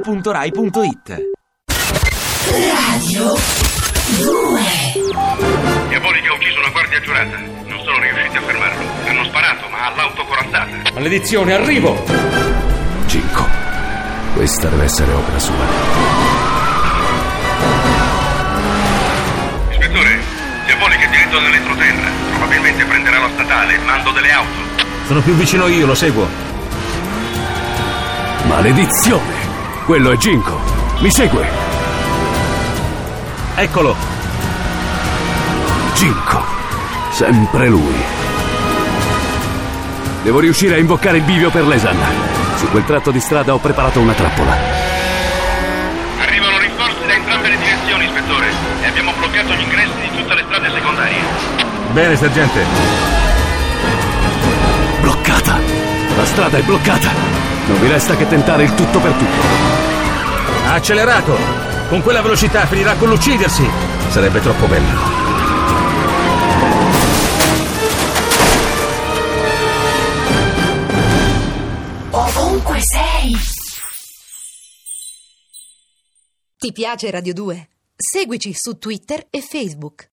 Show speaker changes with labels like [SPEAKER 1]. [SPEAKER 1] radio2pod.rai.it
[SPEAKER 2] Diabolico ha ucciso una guardia giurata. Non sono riusciti a fermarlo. Hanno sparato, ma all'auto corazzata.
[SPEAKER 3] Maledizione, arrivo!
[SPEAKER 4] Ginko, questa deve essere opera sua.
[SPEAKER 2] Ispettore, Diabolico è diretto nell'entroterra. Probabilmente prenderà la statale, mando delle auto.
[SPEAKER 5] Sono più vicino io, lo seguo.
[SPEAKER 4] Maledizione! Quello è Ginko. Mi segue.
[SPEAKER 5] Eccolo!
[SPEAKER 4] Ginko. Sempre lui. Devo riuscire a invocare il bivio per Lesan. Su quel tratto di strada ho preparato una trappola.
[SPEAKER 2] Arrivano rinforzi da entrambe le direzioni, ispettore. E abbiamo bloccato gli ingressi di tutte le strade secondarie.
[SPEAKER 5] Bene, sergente.
[SPEAKER 4] Bloccata! La strada è bloccata! Non vi resta che tentare il tutto per tutto.
[SPEAKER 5] Accelerato! Con quella velocità finirà con l'uccidersi! Sarebbe troppo bello.
[SPEAKER 6] Ovunque sei.
[SPEAKER 7] Ti piace Radio 2? Seguici su Twitter e Facebook.